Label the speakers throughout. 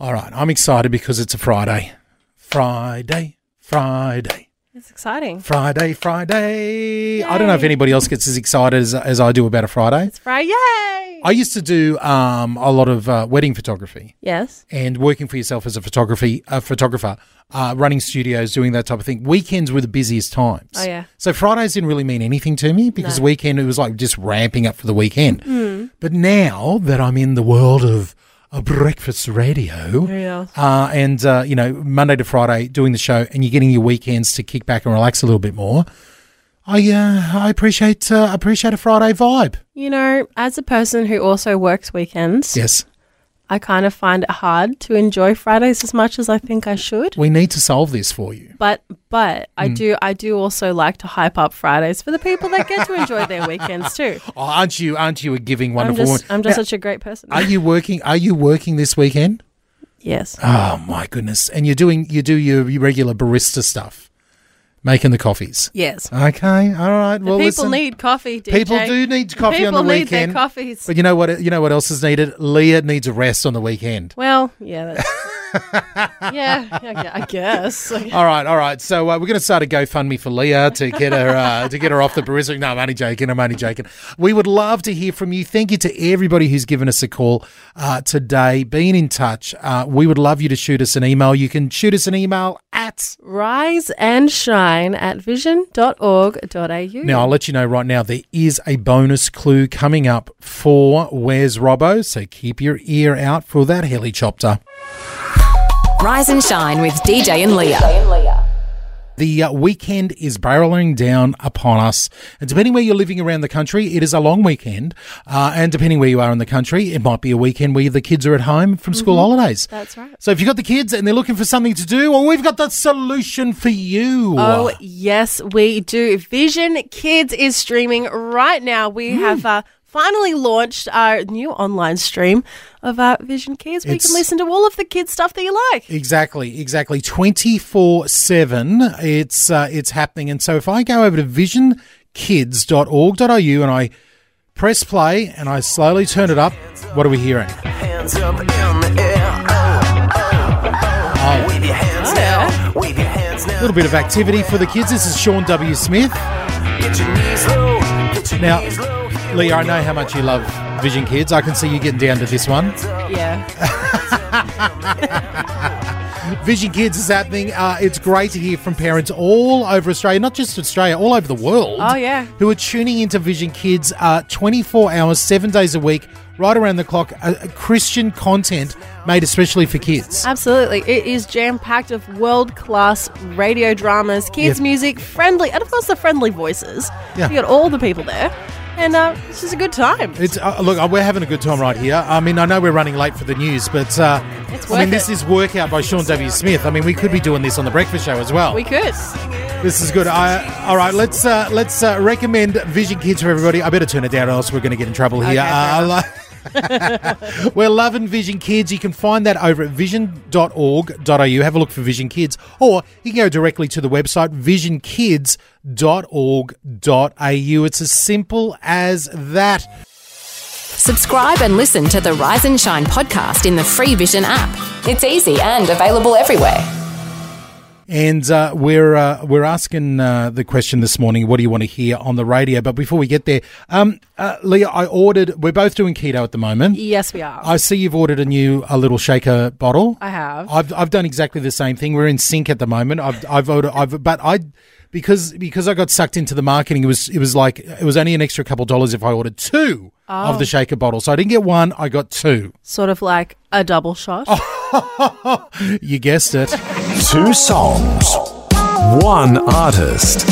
Speaker 1: All right, I'm excited because it's a Friday. Friday, Friday,
Speaker 2: It's exciting.
Speaker 1: Friday, Friday. I don't know if anybody else gets as excited as, as I do about a Friday.
Speaker 2: It's Friday. Yay!
Speaker 1: I used to do um, a lot of uh, wedding photography
Speaker 2: yes.
Speaker 1: and working for yourself as a photography a photographer, uh, running studios, doing that type of thing. Weekends were the busiest times.
Speaker 2: Oh, yeah.
Speaker 1: So Fridays didn't really mean anything to me because
Speaker 2: No.
Speaker 1: weekend it was like just ramping up for the weekend. But now that I'm in the world of a breakfast radio,
Speaker 2: Yeah.
Speaker 1: uh, and uh, you know Monday to Friday doing the show, and you're getting your weekends to kick back and relax a little bit more. I uh, I appreciate uh, appreciate a Friday vibe.
Speaker 2: You know, as a person who also works weekends,
Speaker 1: Yes,
Speaker 2: I kind of find it hard to enjoy Fridays as much as I think I should.
Speaker 1: we need to solve this for you.
Speaker 2: But but
Speaker 1: Mm.
Speaker 2: I do I do also like to hype up Fridays for the people that get to enjoy their weekends too.
Speaker 1: Oh, aren't you aren't you a giving
Speaker 2: I'm
Speaker 1: wonderful
Speaker 2: just
Speaker 1: woman?
Speaker 2: I'm just
Speaker 1: Now,
Speaker 2: such a great person.
Speaker 1: are you working? Are you working this weekend?
Speaker 2: yes.
Speaker 1: Oh my goodness! And you're doing you do your, your regular barista stuff, making the coffees.
Speaker 2: Yes.
Speaker 1: Okay, all right.
Speaker 2: The
Speaker 1: Uh, well,
Speaker 2: people
Speaker 1: listen,
Speaker 2: need coffee, DJ.
Speaker 1: people do need coffee on the
Speaker 2: People need
Speaker 1: weekend.
Speaker 2: their coffees.
Speaker 1: But you know what? You know what else is needed? Leah needs a rest on the weekend.
Speaker 2: Well, yeah. That's, yeah, I gue- I guess.
Speaker 1: All right, all right. So uh, we're going to start a GoFundMe for Leah to get her uh, to get her off the barista. No, I'm only joking. I'm only joking. We would love to hear from you. Thank you to everybody who's given us a call uh, today, being in touch. Uh, we would love you to shoot us an email. You can shoot us an email at.
Speaker 2: Rise and shine at vision.org.au.
Speaker 1: Now I'll let you know right now there is a bonus clue coming up for Where's Robbo. So keep your ear out for that helicopter.
Speaker 3: Rise and shine with DJ and Leah.
Speaker 1: The uh, weekend is barreling down upon us. And depending where you're living around the country, it is a long weekend. Uh, and depending where you are in the country, it might be a weekend where the kids are at home from school holidays.
Speaker 2: Mm-hmm. That's right.
Speaker 1: So if you've got the kids and they're looking for something to do, well, we've got the solution for you.
Speaker 2: Oh, yes, we do. Vision Kids is streaming right now. We
Speaker 1: Mm.
Speaker 2: have uh, finally launched our new online stream of uh, Vision Kids. We
Speaker 1: It's-
Speaker 2: can listen to all of the kids' stuff that you like.
Speaker 1: Exactly, exactly. Twenty four seven. It's uh, it's happening. And so if I go over to visionkids.org.au and I press play and I slowly turn it up, what are we hearing?
Speaker 4: Hands up in the air. Oh, oh, oh. Wave your hands now. Wave your hands now.
Speaker 1: A little bit of activity for the kids. This is Sean W. Smith.
Speaker 4: Get your knees low. Get your
Speaker 1: Now,
Speaker 4: knees low. Here we
Speaker 1: Leah, I know
Speaker 4: go.
Speaker 1: how much you love Vision Kids. I can see you getting down to this one.
Speaker 2: Yeah.
Speaker 1: Vision Kids is happening. Uh, it's great to hear from parents all over Australia, not just Australia, all over the world.
Speaker 2: Oh, yeah.
Speaker 1: Who are tuning into Vision Kids uh, 24 hours, seven days a week, right around the clock. Uh, uh, Christian content made especially for kids.
Speaker 2: Absolutely. It is jam packed of world class radio dramas, kids'
Speaker 1: Yeah.
Speaker 2: music, friendly, and of course the friendly voices.
Speaker 1: Yeah.
Speaker 2: You got all the people there. And uh, it's just a good time.
Speaker 1: It's uh, look, uh, we're having a good time right here. I mean, I know we're running late for the news, but uh,
Speaker 2: It's
Speaker 1: I mean,
Speaker 2: worth
Speaker 1: this
Speaker 2: it.
Speaker 1: is workout by Sean W. Smith. I mean, we could be doing this on the breakfast show as well.
Speaker 2: we could.
Speaker 1: This is good. I, all right, let's uh, let's uh, recommend Vision Kids for everybody. I better turn it down, or else we're going to get in trouble here.
Speaker 2: Okay,
Speaker 1: uh,
Speaker 2: fair
Speaker 1: I lo- we're loving Vision Kids. You can find that over at vision.org.au. Have a look for Vision Kids, or you can go directly to the website visionkids.org.au. It's as simple as that.
Speaker 3: Subscribe and listen to the Rise and Shine podcast in the free Vision app. It's easy and available everywhere.
Speaker 1: And uh, we're uh, we're asking uh, the question this morning. What do you want to hear on the radio? But before we get there, um, uh, Leah, I ordered. We're both doing keto at the moment.
Speaker 2: Yes, we are.
Speaker 1: I see you've ordered a new a little shaker bottle.
Speaker 2: I have.
Speaker 1: I've I've done exactly the same thing. We're in sync at the moment. I've I've ordered, I've but I because because I got sucked into the marketing. It was it was like it was only an extra couple dollars if I ordered two
Speaker 2: Oh.
Speaker 1: of the shaker bottle. So I didn't get one. I got two.
Speaker 2: Um, sort of like a double shot.
Speaker 1: Oh. You guessed it.
Speaker 5: Two songs, one artist.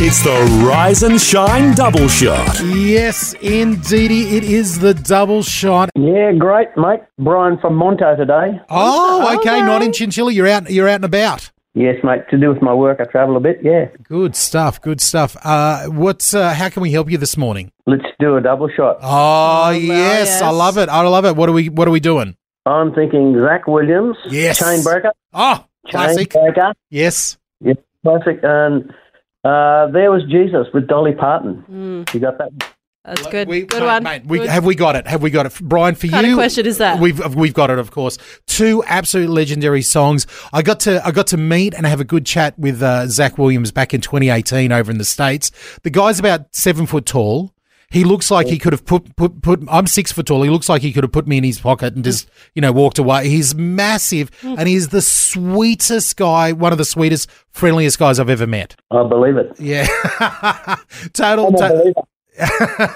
Speaker 5: It's the Rise and Shine Double Shot.
Speaker 1: Yes, indeedy. It is the double shot.
Speaker 6: Yeah, great, mate. Brian from Monto today.
Speaker 1: Oh, okay. Not in Chinchilla. You're out. You're out and about.
Speaker 6: Yes, mate. To do with my work, I travel a bit. Yeah.
Speaker 1: Good stuff. Good stuff. Uh, what's? Uh, how can we help you this morning?
Speaker 6: Let's do a double shot.
Speaker 1: Oh, yes, I
Speaker 2: yes.
Speaker 1: love it. I love it. What are we? What are we doing?
Speaker 6: I'm thinking Zach Williams.
Speaker 1: Yes.
Speaker 6: Chain breaker.
Speaker 1: Oh,
Speaker 6: Chain
Speaker 1: classic.
Speaker 6: breaker.
Speaker 1: Yes.
Speaker 6: Yeah, classic. And uh, there was Jesus with Dolly Parton. You got that?
Speaker 2: That's good.
Speaker 1: We-
Speaker 2: good
Speaker 1: mate,
Speaker 2: one.
Speaker 1: mate, we,
Speaker 2: Good.
Speaker 1: Have we got it? Have we got it, Brian? For
Speaker 2: kind
Speaker 1: you,
Speaker 2: of question is that?
Speaker 1: We've uh, we've got it, of course. Two absolute legendary songs. I got to I got to meet and have a good chat with uh, Zach Williams back in 2018 over in the states. The guy's about seven foot tall. He looks like he could have put, put put. I'm six foot tall. He looks like he could have put me in his pocket and just you know walked away. He's massive and he's the sweetest guy. One of the sweetest, friendliest guys I've ever met.
Speaker 6: I believe it.
Speaker 1: Yeah, total.
Speaker 6: I
Speaker 1: to-
Speaker 6: believe it.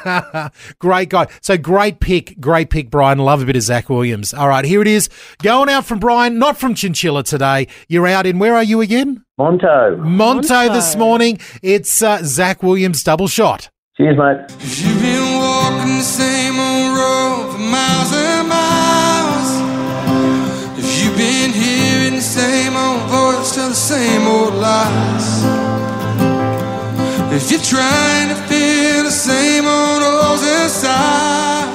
Speaker 1: great guy. So great pick, great pick, Brian. Love a bit of Zach Williams. All right, here it is. Going out from Brian, not from Chinchilla today. You're out in where are you again?
Speaker 6: Monto.
Speaker 1: Monto, this morning. It's uh, Zach Williams double shot.
Speaker 6: Cheers, mate.
Speaker 7: You've been walking the same old road for miles and miles. If you've been hearing the same old voice tell the same old lies. If you're trying to feel the same old holes inside.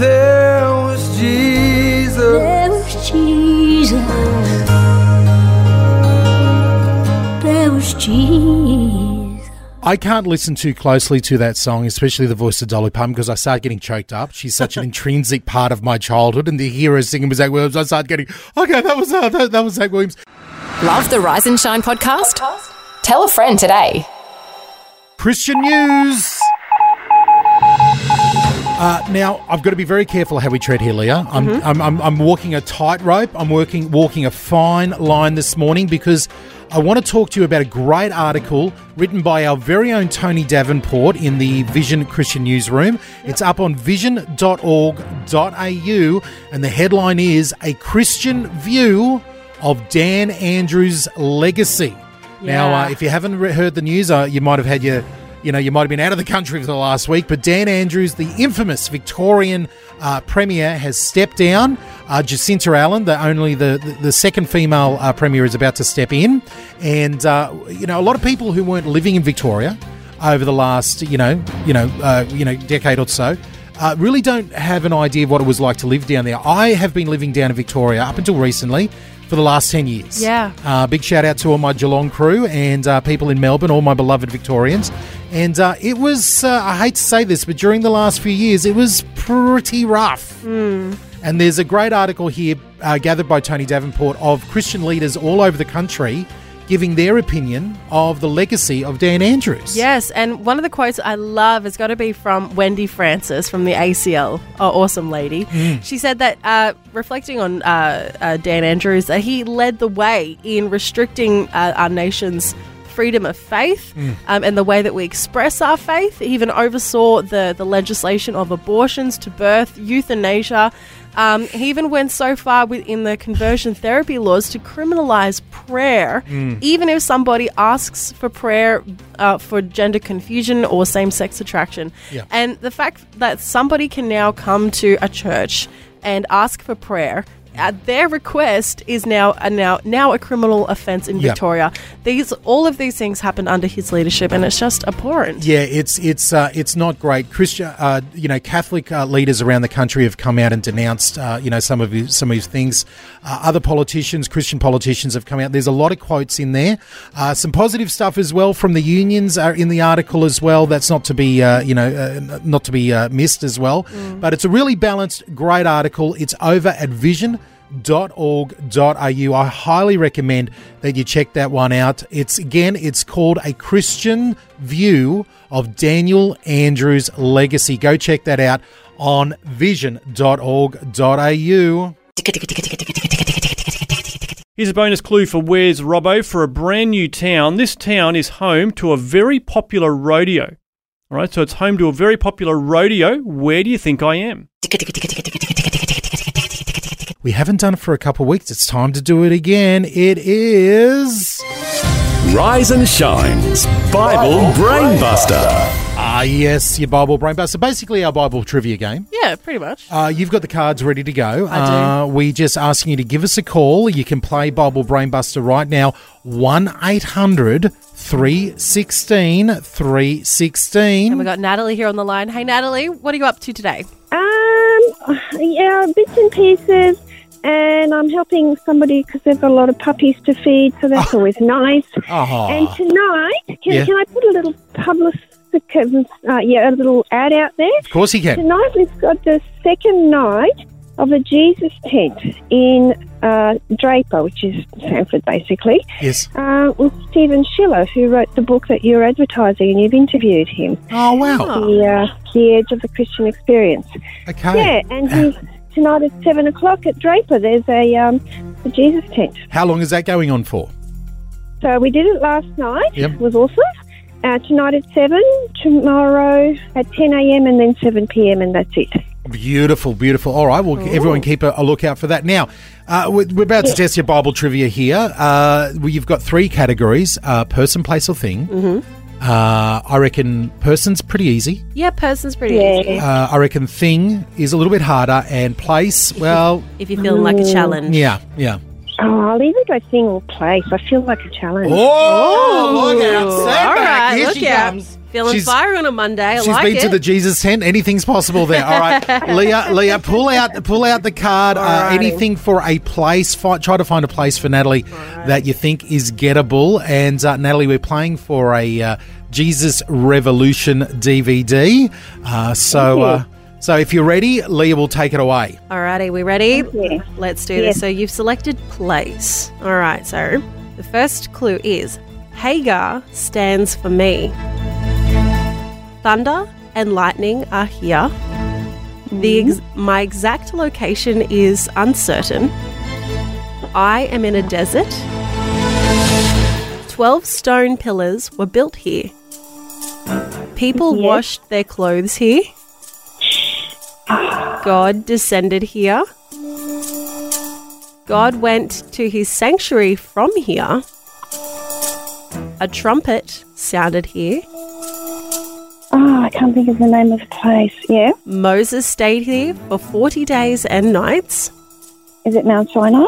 Speaker 7: There was Jesus.
Speaker 8: There was Jesus. There was Jesus.
Speaker 1: I can't listen too closely to that song, especially the voice of Dolly Parton, because I start getting choked up. She's such an intrinsic part of my childhood, and to hear her singing with Zach Williams, I start getting okay. That was uh, that, that was Zach Williams.
Speaker 3: Love the Rise and Shine podcast? Tell a friend today.
Speaker 1: Christian news. Uh, now I've got to be very careful how we tread here, Leah. I'm
Speaker 3: Mm-hmm.
Speaker 1: I'm, I'm, I'm walking a tightrope. I'm working walking a fine line this morning because I want to talk to you about a great article written by our very own Tony Davenport in the Vision Christian Newsroom. It's up on vision.org.au, and the headline is "A Christian View of Dan Andrews' Legacy." Now, uh,
Speaker 2: Yeah.
Speaker 1: if if you haven't re- heard the news, uh, you might have had your, you know, you might have been out of the country for the last week. But Dan Andrews, the infamous Victorian uh, premier, has stepped down. Uh, Jacinta Allen, the only the the, the second female uh, premier, is about to step in, and uh, you know, a lot of people who weren't living in Victoria over the last, you know, you know, uh, you know, decade or so. Uh, really don't have an idea of what it was like to live down there. I have been living down in Victoria up until recently for the last 10 years.
Speaker 2: Yeah.
Speaker 1: Uh, big shout out to all my Geelong crew and uh, people in Melbourne, all my beloved Victorians. And uh, it was, uh, I hate to say this, but during the last few years, it was pretty rough.
Speaker 2: Hmm.
Speaker 1: And there's a great article here uh, gathered by Tony Davenport of Christian leaders all over the country giving their opinion of the legacy of Dan Andrews.
Speaker 2: Yes, and one of the quotes I love has got to be from Wendy Francis from the ACL, oh, awesome lady. She said that uh, reflecting on uh, uh, Dan Andrews, that he led the way in restricting uh, our nation's freedom of faith um, and the way that we express our faith. He even oversaw the the legislation of abortions to birth, euthanasia. Um, he even went so far within the conversion therapy laws to criminalize prayer, even if somebody asks for prayer uh, for gender confusion or same sex attraction.
Speaker 1: Yeah.
Speaker 2: And the fact that somebody can now come to a church and ask for prayer. At their request is now a now now a criminal offence in
Speaker 1: Yeah.
Speaker 2: Victoria. These all of these things happened under his leadership, and it's just abhorrent.
Speaker 1: Yeah, it's it's uh, it's not great. Christian, uh, you know, Catholic uh, leaders around the country have come out and denounced, uh, you know, some of his, some of his things. Uh, other politicians, Christian politicians, have come out. There's a lot of quotes in there. Uh, some positive stuff as well from the unions are in the article as well. That's not to be, uh, you know, uh, n- not to be uh, missed as well. But it's a really balanced, great article. It's over at Vision www.christianmusic.org.au. I highly recommend that you check that one out. It's again, it's called A Christian View of Daniel Andrews' Legacy. Go check that out on vision.org.au.
Speaker 9: Here's a bonus clue for Where's Robbo for a brand new town. This town is home to a very popular rodeo. All right, so it's home to a very popular rodeo. Where do you think I am?
Speaker 1: We haven't done it for a couple of weeks. It's time to do it again. It is.
Speaker 5: Rise and Shine's Bible Brainbuster.
Speaker 1: Ah, yes, your Bible Brainbuster. Basically, our Bible trivia game.
Speaker 2: Yeah, pretty much.
Speaker 1: Uh, you've got the cards ready to go.
Speaker 2: I
Speaker 1: do. Uh, we just asking you to give us a call. You can play Bible Brainbuster right now. 1 800 316 316.
Speaker 2: And we got Natalie here on the line. Hey, Natalie, what are you up to today?
Speaker 10: Um, yeah, bits and pieces, and I'm helping somebody because they've got a lot of puppies to feed, so that's always nice.
Speaker 1: Oh.
Speaker 10: And tonight, can,
Speaker 1: Ah. Yeah.
Speaker 10: can I put a little public, uh, yeah, a little ad out there?
Speaker 1: Of course you can.
Speaker 10: Tonight we've got the second night of a Jesus tent in uh, Draper, which is Sanford, basically.
Speaker 1: Yes.
Speaker 10: Uh, with Stephen Schiller, who wrote the book that you're advertising, and you've interviewed him.
Speaker 1: Oh wow!
Speaker 10: The, uh, the edge of the Christian experience.
Speaker 1: Okay. Ah.
Speaker 10: Yeah, and he's tonight at seven o'clock at Draper. There's a um, a Jesus tent.
Speaker 1: How long is that going on for?
Speaker 10: So we did it last night.
Speaker 1: Yep.
Speaker 10: It was awesome. Uh, tonight at seven, tomorrow at ten a.m. and then seven p.m. and that's it.
Speaker 1: Beautiful, beautiful. All right, well, everyone keep a, a lookout for that. Now, uh, we're, we're about to test your Bible trivia here. Uh, well, you've got three categories uh, person, place, or thing.
Speaker 2: Mm.
Speaker 1: Uh, I reckon person's pretty easy.
Speaker 2: Yeah, person's pretty easy.
Speaker 1: Uh, I reckon thing is a little bit harder. And place, well,
Speaker 2: if you're feeling like a challenge.
Speaker 1: yeah, yeah.
Speaker 10: Oh, I'll either go thing or place. I feel like a challenge.
Speaker 1: Oh, look out.
Speaker 2: All
Speaker 1: Sandbag.
Speaker 2: right,
Speaker 1: Here
Speaker 2: Uh, look
Speaker 1: she
Speaker 2: out.
Speaker 1: comes.
Speaker 2: Feeling
Speaker 1: She's-
Speaker 2: fire on a Monday. I
Speaker 1: She's
Speaker 2: like
Speaker 1: been
Speaker 2: it.
Speaker 1: to the Jesus tent. Anything's possible there. All right, Leah, Leah, pull out, pull out the card. Uh,
Speaker 2: Alrighty.
Speaker 1: anything for a place. Fi- try to find a place for Natalie that you think is gettable. And uh, Natalie, we're playing for a uh, Jesus Revolution DVD. Uh, so, uh, so if you're ready, Leah will take it away.
Speaker 2: Alrighty, we ready? Let's do this. So you've selected place. All right. So the first clue is Hagar stands for me. Thunder and lightning are here. The ex- my exact location is uncertain. I am in a desert. Twelve stone pillars were built here. People
Speaker 10: Yes.
Speaker 2: washed their clothes here. God descended here. God went to his sanctuary from here. A trumpet sounded here.
Speaker 10: Oh, I can't think of the name of the place. Yeah.
Speaker 2: Moses stayed here for 40 days and nights.
Speaker 10: Is it Mount Sinai?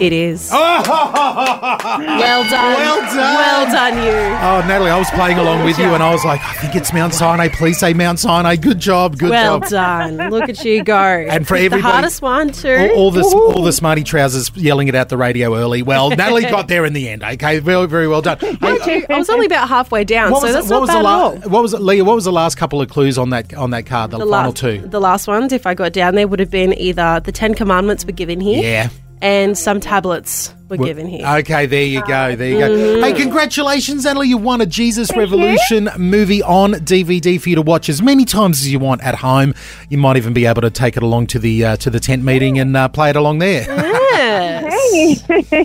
Speaker 2: It is.
Speaker 4: Oh!
Speaker 1: well
Speaker 2: Well done.
Speaker 1: Well done.
Speaker 2: Well done, you.
Speaker 1: Oh, Natalie, I was playing along with you, and I was like, I think it's Mount Sinai. Please say Mount Sinai. Good job. Good
Speaker 2: well
Speaker 1: job.
Speaker 2: done. Look at you go.
Speaker 1: And for
Speaker 2: Picked
Speaker 1: everybody-
Speaker 2: The hardest one,
Speaker 1: All,
Speaker 2: too.
Speaker 1: all the all the smarty trousers yelling it out the radio early. Well, Natalie got there in the end. Okay, very very well done. Hey,
Speaker 2: Mind you, I was only about halfway down, so
Speaker 1: was,
Speaker 2: that's
Speaker 1: what
Speaker 2: not
Speaker 1: was
Speaker 2: bad
Speaker 1: the
Speaker 2: at all.
Speaker 1: last? What was it, Leah? What was the last couple of clues on that on that card? The,
Speaker 2: the
Speaker 1: final
Speaker 2: last
Speaker 1: two.
Speaker 2: The last ones, if I got down there, would have been either the Ten Commandments were given here,
Speaker 1: Yeah.
Speaker 2: and some tablets were
Speaker 1: Well, uh,
Speaker 2: given here. Mm-hmm.
Speaker 1: Okay, there you go. There you go. Hey, congratulations, Natalie. You won a Jesus Revolution movie on DVD for you to watch as many times as you want at home. You might even be able to take it along to the uh, to the tent meeting and uh, play it along there.
Speaker 2: Yes.
Speaker 10: Hey,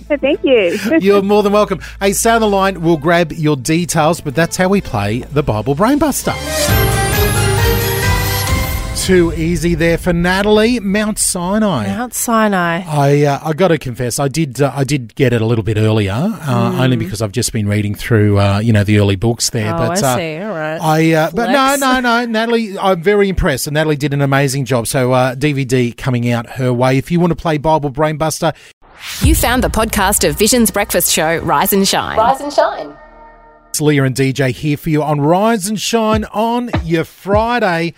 Speaker 10: thank you.
Speaker 1: You're more than welcome. Hey, stay on the line. We'll grab your details, but that's how we play the Bible Brainbuster. Too easy there for Natalie. Mount Sinai.
Speaker 2: Mount Sinai.
Speaker 1: I uh, I got to confess, I did uh, I did get it a little bit earlier, uh, only because I've just been reading through uh, you know the early books there.
Speaker 2: Hmm. Oh,
Speaker 1: but
Speaker 2: I
Speaker 1: uh,
Speaker 2: see. All right.
Speaker 1: I uh, but no
Speaker 2: Flex.
Speaker 1: no no Natalie, I'm very impressed, and Natalie did an amazing job. So uh, DVD coming out her way. If you want to play Bible Brainbuster,
Speaker 3: You found the podcast of Vision's breakfast show, Rise and Shine. Rise and Shine.
Speaker 1: it's Leah and DJ here for you on Rise and Shine on your Friday.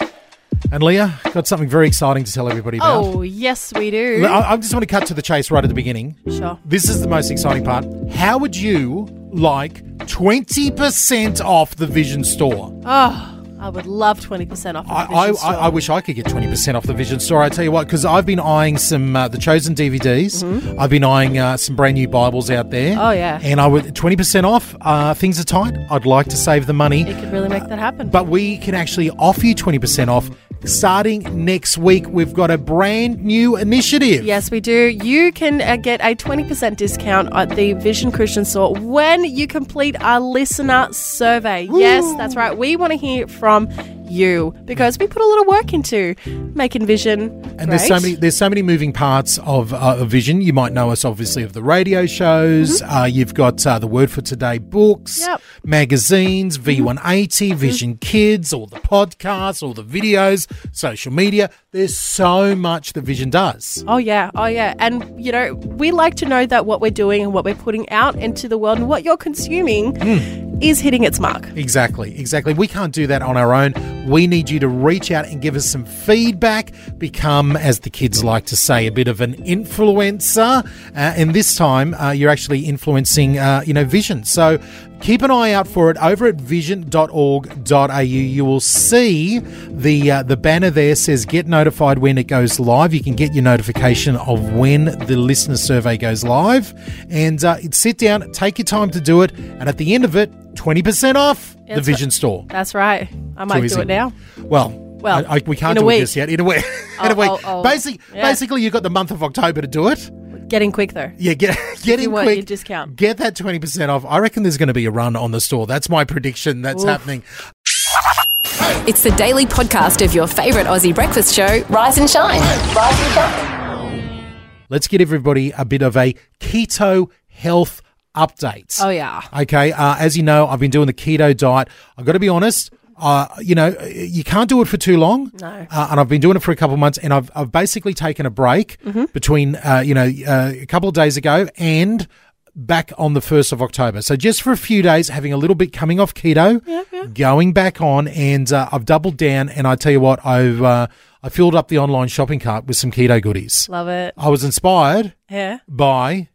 Speaker 1: And Leah got something very exciting to tell everybody about.
Speaker 2: Oh, yes, we do.
Speaker 1: I, I just want to cut to the chase right at the beginning.
Speaker 2: sure.
Speaker 1: This is the most exciting part. How would you like 20% off the Vision Store?
Speaker 2: Oh, I would love 20% off.
Speaker 1: I,
Speaker 2: of the
Speaker 1: I,
Speaker 2: Vision
Speaker 1: I, I wish I could get 20% off the Vision Store. I tell you what, because I've been eyeing some uh, The Chosen DVDs. I've been eyeing uh, some brand new Bibles out there.
Speaker 2: Mm-hmm. Oh, yeah.
Speaker 1: And I would 20% off. Uh, things are tight. I'd like to save the money. Uh,
Speaker 2: Store. It could really make that happen.
Speaker 1: But we can actually offer you 20% off starting next week. We've got a brand new initiative.
Speaker 2: Yes, we do. You can uh, get a 20% discount at the Vision Christian Store when you complete our listener survey. Yes, that's right. We want to hear from you because we put a lot of work into making vision.
Speaker 1: And there's so many there's so many moving parts of, uh, of Vision. You might know us obviously of the radio shows. Uh, you've got uh, the Word for Today books,
Speaker 2: Mm-hmm. Yep. Mm-hmm.
Speaker 1: magazines, V180, Vision Kids, all the podcasts, all the videos, social media. There's so much that Vision does.
Speaker 2: Oh yeah, oh yeah, and you know we like to know that what we're doing and what we're putting out into the world and what you're consuming is hitting its mark.
Speaker 1: Exactly, exactly. We can't do that on our own. We need you to reach out and give us some feedback, become, as the kids like to say, a bit of an influencer. Uh, and this time, uh, you're actually influencing, uh, you know, vision. So keep an eye out for it over at vision.org.au. You will see the uh, the banner there says "Get notified when it goes live." You can get your notification of when the listener survey goes live, and uh, sit down, take your time to do it, and at the end of it, twenty percent off the
Speaker 2: It's-
Speaker 1: Vision store.
Speaker 2: That's right. I might
Speaker 1: Too
Speaker 2: do
Speaker 1: easy.
Speaker 2: it now.
Speaker 1: Well,
Speaker 2: Well,
Speaker 1: I, I- we can't
Speaker 2: in a
Speaker 1: do it
Speaker 2: week.
Speaker 1: just yet. In a week, in a
Speaker 2: I'll-
Speaker 1: week.
Speaker 2: I'll- I'll-
Speaker 1: Basic,
Speaker 2: yeah.
Speaker 1: basically, you've got the month of October to do it.
Speaker 2: Getting quick though.
Speaker 1: Yeah, get
Speaker 2: If
Speaker 1: get
Speaker 2: you
Speaker 1: in
Speaker 2: want
Speaker 1: quick.
Speaker 2: your discount.
Speaker 1: Get that 20% off. I reckon there's going to be a run on the store. That's my prediction that's
Speaker 3: Oof.
Speaker 1: happening.
Speaker 3: It's the daily podcast of your favourite Aussie breakfast show, Rise and Shine. Rise and Shine.
Speaker 1: Let's get everybody a bit of a keto health update.
Speaker 2: Oh yeah.
Speaker 1: Okay, uh, as you know, I've been doing the keto diet. I've got to be honest. Uh, you know, you can't do it for too long. No. Uh, and I've been doing it for a couple of months, and I've I've basically taken a break
Speaker 2: Mm-hmm.
Speaker 1: between uh, you know uh, a couple of days ago and back on the first of October. So just for a few days, having a little bit coming off keto, going back on, and uh, I've doubled down. And I tell you what, I've uh, I filled up the online shopping cart with some keto goodies.
Speaker 2: Love it.
Speaker 1: I was inspired
Speaker 2: Yeah.
Speaker 1: by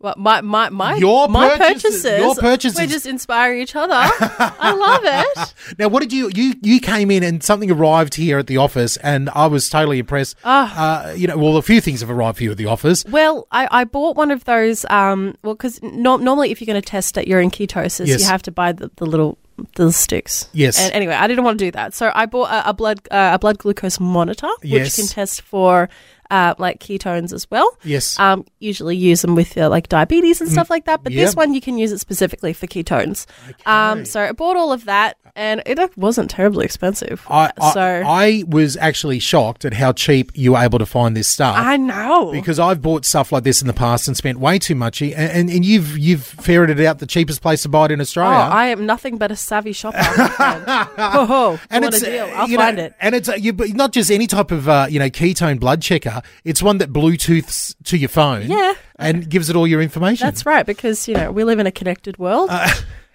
Speaker 2: Well, my my my
Speaker 1: Your
Speaker 2: my
Speaker 1: purchases-
Speaker 2: purchases,
Speaker 1: your purchases.
Speaker 2: We're just inspiring each other. I love it.
Speaker 1: Now, what did you you you came in and something arrived here at the office, and I was totally impressed.
Speaker 2: Ah.
Speaker 1: Uh, you know, well, a few things have arrived for you at the office.
Speaker 2: Well, I, I bought one of those. Um, well, because normally if you're going to test that you're in ketosis,
Speaker 1: Yes.
Speaker 2: you have to buy the, the little the sticks.
Speaker 1: Yes.
Speaker 2: And anyway, I didn't want to do that, so I bought a, a blood uh, a blood glucose monitor, which
Speaker 1: Yes.
Speaker 2: can test for uh, like ketones as well.
Speaker 1: Yes. Mm-hmm.
Speaker 2: Um, usually use them with uh, like diabetes and stuff like that, but
Speaker 1: Yep.
Speaker 2: this one you can use it specifically for ketones. Um, so I bought all of that, and it uh, wasn't terribly expensive.
Speaker 1: I, I,
Speaker 2: so
Speaker 1: I was actually shocked at how cheap you were able to find this stuff.
Speaker 2: I know.
Speaker 1: because I've bought stuff like this in the past and spent way too much. And, and, and you've you've ferreted out the cheapest place to buy it in
Speaker 2: Oh,
Speaker 1: Australia.
Speaker 2: I am nothing but a savvy shopper. my friend. oh, ho,
Speaker 1: and
Speaker 2: want
Speaker 1: it's
Speaker 2: a deal?
Speaker 1: uh,
Speaker 2: I'll
Speaker 1: you know,
Speaker 2: find it.
Speaker 1: and it's uh, you, but not just any type of uh, you know ketone blood checker. It's one that Bluetooths to your phone,
Speaker 2: Yeah.
Speaker 1: and gives it all your information.
Speaker 2: That's right, because you know we live in a connected world.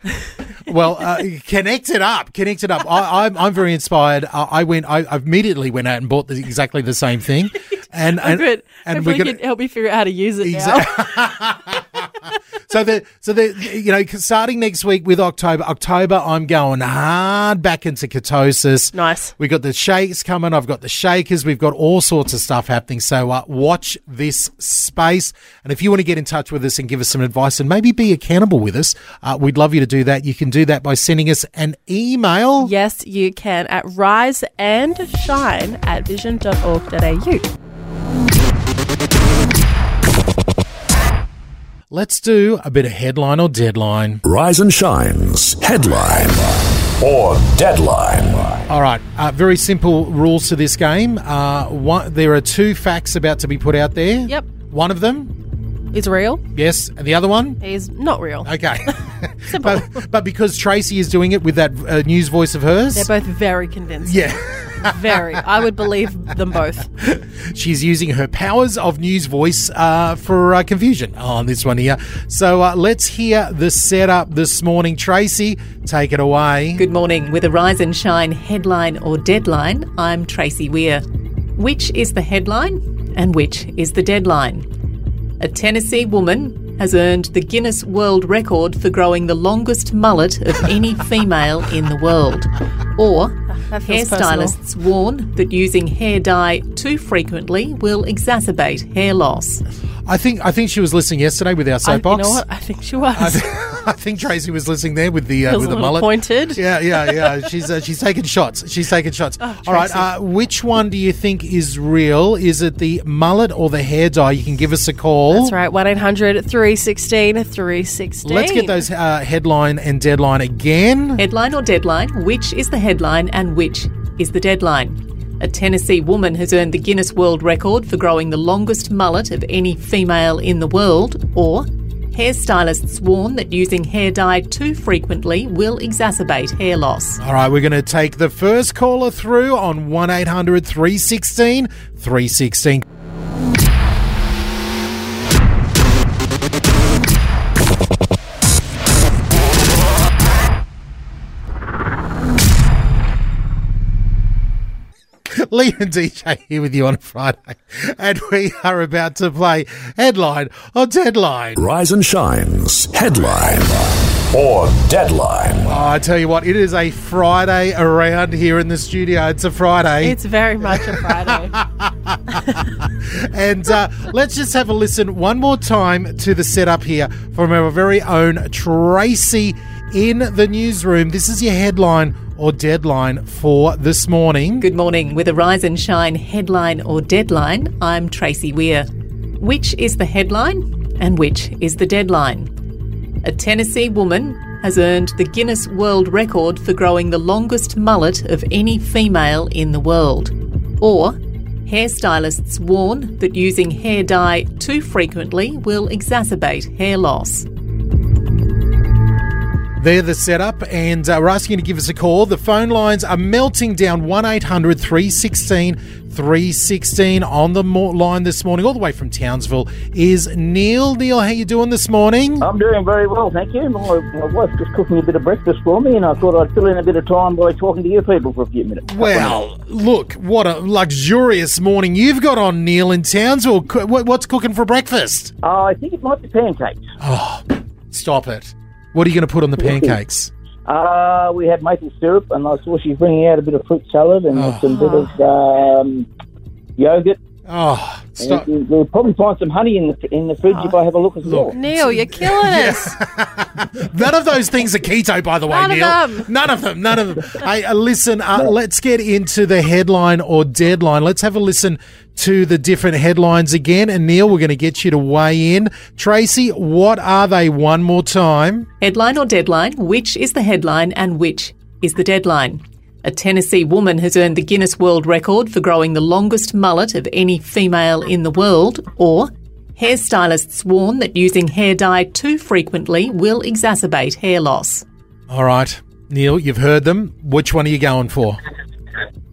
Speaker 1: Uh, Well, uh, connect it up. Connect it up. I, I'm, I'm very inspired. I, I went. I I immediately went out and bought the, exactly the same thing, and and,
Speaker 2: Good.
Speaker 1: and
Speaker 2: Hopefully,
Speaker 1: we're
Speaker 2: you
Speaker 1: gonna.
Speaker 2: can help me figure out how to use it.
Speaker 1: Exactly. So the so the you know starting next week with October. October, I'm going hard back into ketosis.
Speaker 2: Nice.
Speaker 1: We got the shakes coming. I've got the shakers. We've got all sorts of stuff happening. So uh, watch this space. And if you want to get in touch with us and give us some advice and maybe be accountable with us, uh, we'd love you to do that. You can do that by sending us an e-, email.
Speaker 2: Now. Yes, you can at rise and shine at vision.org.au.
Speaker 1: Let's do a bit of headline or deadline.
Speaker 5: Rise and Shine's headline or deadline.
Speaker 1: All right, uh, very simple rules to this game. Uh, one, there are two facts about to be put out there.
Speaker 2: Yep,
Speaker 1: One of them,
Speaker 2: he's real.
Speaker 1: yes, and the other one,
Speaker 2: He's not real.
Speaker 1: okay. but, but because Tracy is doing it with that uh, news voice of hers,
Speaker 2: They're both very convincing.
Speaker 1: yeah,
Speaker 2: Very. I would believe them both.
Speaker 1: she's using her powers of news voice uh, for uh, confusion on this one here. So uh, let's hear the setup this morning. Tracy, take it away.
Speaker 11: Good morning. With a rise and shine headline or deadline, I'm Tracy Weir. Which is the headline and which is the deadline? A Tennessee woman has earned the Guinness World Record for growing the longest mullet of any female in the world. Or
Speaker 2: That feels
Speaker 11: hairstylists warn that using hair dye too frequently will exacerbate hair loss.
Speaker 1: I think I think she was listening yesterday with our
Speaker 2: I, you know
Speaker 1: soapbox.
Speaker 2: what? I think she was.
Speaker 1: I, th- I think Tracy was listening there with the uh,
Speaker 2: Feels
Speaker 1: with
Speaker 2: a
Speaker 1: the
Speaker 2: little
Speaker 1: mullet.
Speaker 2: pointed.
Speaker 1: Yeah, yeah, yeah. She's uh, she's taking shots. She's taking shots.
Speaker 2: Oh,
Speaker 1: All right.
Speaker 2: Tracy.
Speaker 1: Uh, which one do you think is real? Is it the mullet or the hair dye? You can give us a call.
Speaker 2: That's right. 1 800 316 316.
Speaker 1: Let's get those uh, headline and deadline again.
Speaker 11: Headline or deadline? Which is the headline and which is the deadline? A Tennessee woman has earned the Guinness World Record for growing the longest mullet of any female in the world, or hairstylists warn that using hair dye too frequently will exacerbate hair loss.
Speaker 1: All right, we're going to take the first caller through on 1 800 316 316. Lee and DJ here with you on Friday, and we are about to play Headline or Deadline.
Speaker 5: Rise and Shines Headline or Deadline.
Speaker 1: Oh, I tell you what, it is a Friday around here in the studio. It's a Friday.
Speaker 2: It's very much a Friday.
Speaker 1: and uh, let's just have a listen one more time to the setup here from our very own Tracy in the newsroom. This is your headline or deadline for this morning.
Speaker 11: Good morning. With a rise and shine headline or deadline, I'm Tracy Weir. Which is the headline and which is the deadline? A Tennessee woman has earned the Guinness World Record for growing the longest mullet of any female in the world. Or, hairstylists warn that using hair dye too frequently will exacerbate hair loss.
Speaker 1: They're the setup, and uh, we're asking you to give us a call. The phone lines are melting down 1 800 316 316 on the mo- line this morning, all the way from Townsville. Is Neil. Neil, how you doing this morning?
Speaker 12: I'm doing very well, thank you. My, my wife's just cooking a bit of breakfast for me, and I thought I'd fill in a bit of time by talking to you people for a few minutes.
Speaker 1: Well, look, what a luxurious morning you've got on, Neil, in Townsville. Co- what- What's cooking for breakfast?
Speaker 12: Uh, I think it might be pancakes.
Speaker 1: Oh, stop it. What are you going to put on the pancakes?
Speaker 12: Uh, we had maple syrup, and I saw she's bringing out a bit of fruit salad and some bit of um, yogurt.
Speaker 1: Oh,
Speaker 12: stop. We'll probably find some honey in the in the fridge if I have a look as well.
Speaker 2: Neil, you're killing us.
Speaker 1: None of those things are keto, by the way,
Speaker 2: None of
Speaker 1: Neil.
Speaker 2: them.
Speaker 1: None of them. None of them. hey, uh, listen, uh, let's get into the headline or deadline. Let's have a listen to the different headlines again. And Neil, we're going to get you to weigh in. Tracy, what are they one more time?
Speaker 11: Headline or deadline? Which is the headline and which is the deadline? A Tennessee woman has earned the Guinness World Record for growing the longest mullet of any female in the world, or hairstylists warn that using hair dye too frequently will exacerbate hair loss.
Speaker 1: All right, Neil, you've heard them. Which one are you going for?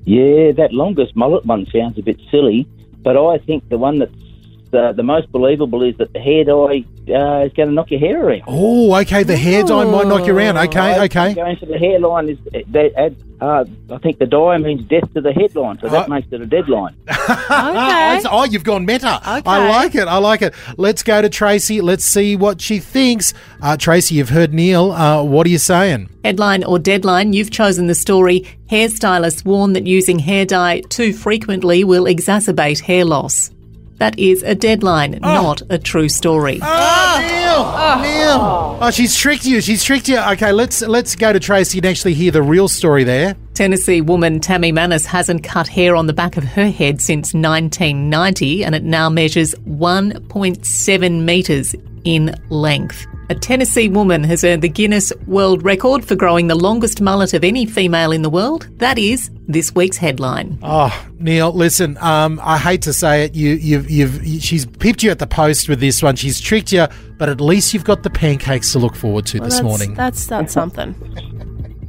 Speaker 12: Yeah, that longest mullet one sounds a bit silly, but I think the one that's uh, the, the most believable is that the hair dye uh, is going to knock your hair around.
Speaker 1: Oh, okay. The hair dye might knock you around. Okay,
Speaker 12: I think
Speaker 1: okay.
Speaker 12: Uh, Going for the hairline is they add. Uh, I think the dye means death to the headline, so
Speaker 1: Uh,
Speaker 12: that makes it a deadline.
Speaker 1: okay. oh, you've gone meta. I like it. I like it. Let's go to Tracy. Let's see what she thinks. Uh, Tracy, you've heard Neil. Uh, what are you saying?
Speaker 11: Headline or deadline, you've chosen the story Hairstylists warn that using hair dye too frequently will exacerbate hair loss. That is a deadline, not a true story.
Speaker 2: Ah,
Speaker 1: Oh, Neil. Oh, she's tricked you. She's tricked you. Okay, let's let's go to Tracy and actually hear the real story there.
Speaker 11: Tennessee woman Tammy Manis hasn't cut hair on the back of her head since 1990 and it now measures 1.7 metres in length. A Tennessee woman has earned the Guinness World Record for growing the longest mullet of any female in the world. That is this week's headline.
Speaker 1: Oh, Neil, listen. Um, I hate to say it. You, you've, you've. She's pipped you at the post with this one. She's tricked you, but at least you've got the pancakes to look forward to
Speaker 2: Well,
Speaker 1: this
Speaker 2: that's,
Speaker 1: morning.
Speaker 2: That's, that's something.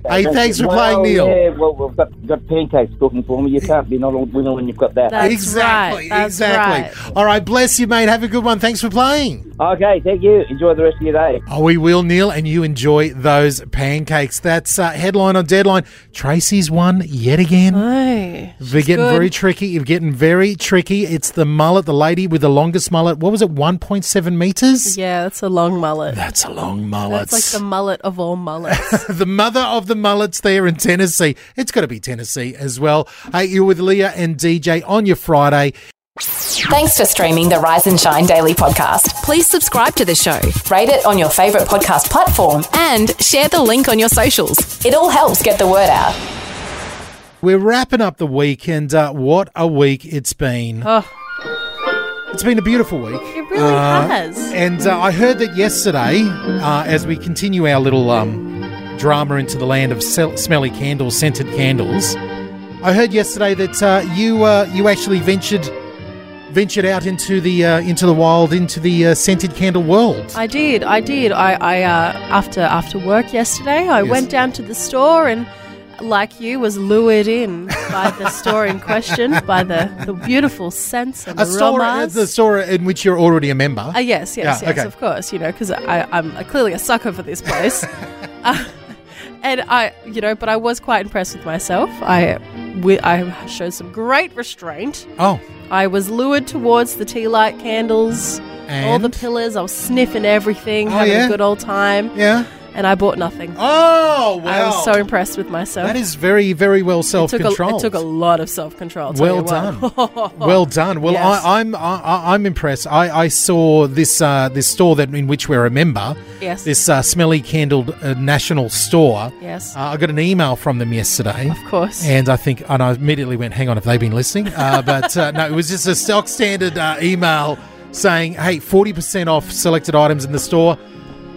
Speaker 1: Hey, thanks for playing, Neil.
Speaker 12: Yeah, well, we've got, got pancakes cooking for me. You can't be not a winner when you've got that.
Speaker 1: exactly. exactly. All right. Bless you, mate. Have a good one. Thanks for playing.
Speaker 12: Okay, thank you. Enjoy the rest of your day.
Speaker 1: Oh, we will, Neil, and you enjoy those pancakes. That's uh, headline on deadline. Tracy's won yet again. We're getting
Speaker 2: good.
Speaker 1: very tricky. You're getting very tricky. It's the mullet, the lady with the longest mullet. What was it? 1.7 meters?
Speaker 2: Yeah, that's a long mullet.
Speaker 1: That's a long mullet.
Speaker 2: That's like the mullet of all mullets.
Speaker 1: the mother of the mullets there in Tennessee. It's got to be Tennessee as well. Hey, you're with Leah and DJ on your Friday.
Speaker 3: Thanks for streaming the Rise and Shine Daily Podcast. Please subscribe to the show, rate it on your favourite podcast platform, and share the link on your socials. It all helps get the word out.
Speaker 1: We're wrapping up the week, and uh, what a week it's been.
Speaker 3: Oh.
Speaker 1: It's been a beautiful week. It
Speaker 2: Oh. really has.
Speaker 1: And uh, I heard that yesterday, uh, as we continue our little um, drama into the land of sell- smelly candles, scented candles, I heard yesterday that uh, you uh, you actually ventured ventured out into the uh, into the wild, into the uh, scented candle world.
Speaker 2: I did. I did. I, I uh, after after work yesterday, I
Speaker 1: Yes.
Speaker 2: went down to the store and, like you, was lured in by the store in question by the, the beautiful scents and
Speaker 1: A store, uh,
Speaker 2: aromas.
Speaker 1: the store in which you're already a member.
Speaker 2: Uh, yes, yes,
Speaker 1: Yeah,
Speaker 2: yes,
Speaker 1: okay.
Speaker 2: of course. You know, because I'm uh, clearly a sucker for this place. Uh, and I, you know, but I was quite impressed with myself. I, we, I showed some great restraint.
Speaker 1: Oh.
Speaker 2: I was lured towards the tea light candles, all the
Speaker 1: And?
Speaker 2: pillars. I was sniffing everything,
Speaker 1: Oh,
Speaker 2: having
Speaker 1: yeah?
Speaker 2: a good old time.
Speaker 1: Yeah.
Speaker 2: And I bought nothing.
Speaker 1: Oh,
Speaker 2: I
Speaker 1: wow.
Speaker 2: was so impressed with myself.
Speaker 1: That is very, very well
Speaker 2: It took, a, it
Speaker 1: self-controlled.
Speaker 2: took a lot of self control.
Speaker 1: Well done. well done. Well,
Speaker 2: Oh. Yes.
Speaker 1: I, I'm I- I, I'm impressed. I, I saw this uh, this store that in which we're a member.
Speaker 2: Yes.
Speaker 1: This uh, smelly candled uh, national store.
Speaker 2: Yes.
Speaker 1: Uh, I got an email from them yesterday. Of
Speaker 2: course.
Speaker 1: And I think, and I immediately went, "Hang on, have they been listening?" Uh, but uh, no, it was just a stock standard uh, email saying, "Hey, forty percent off selected items in the store."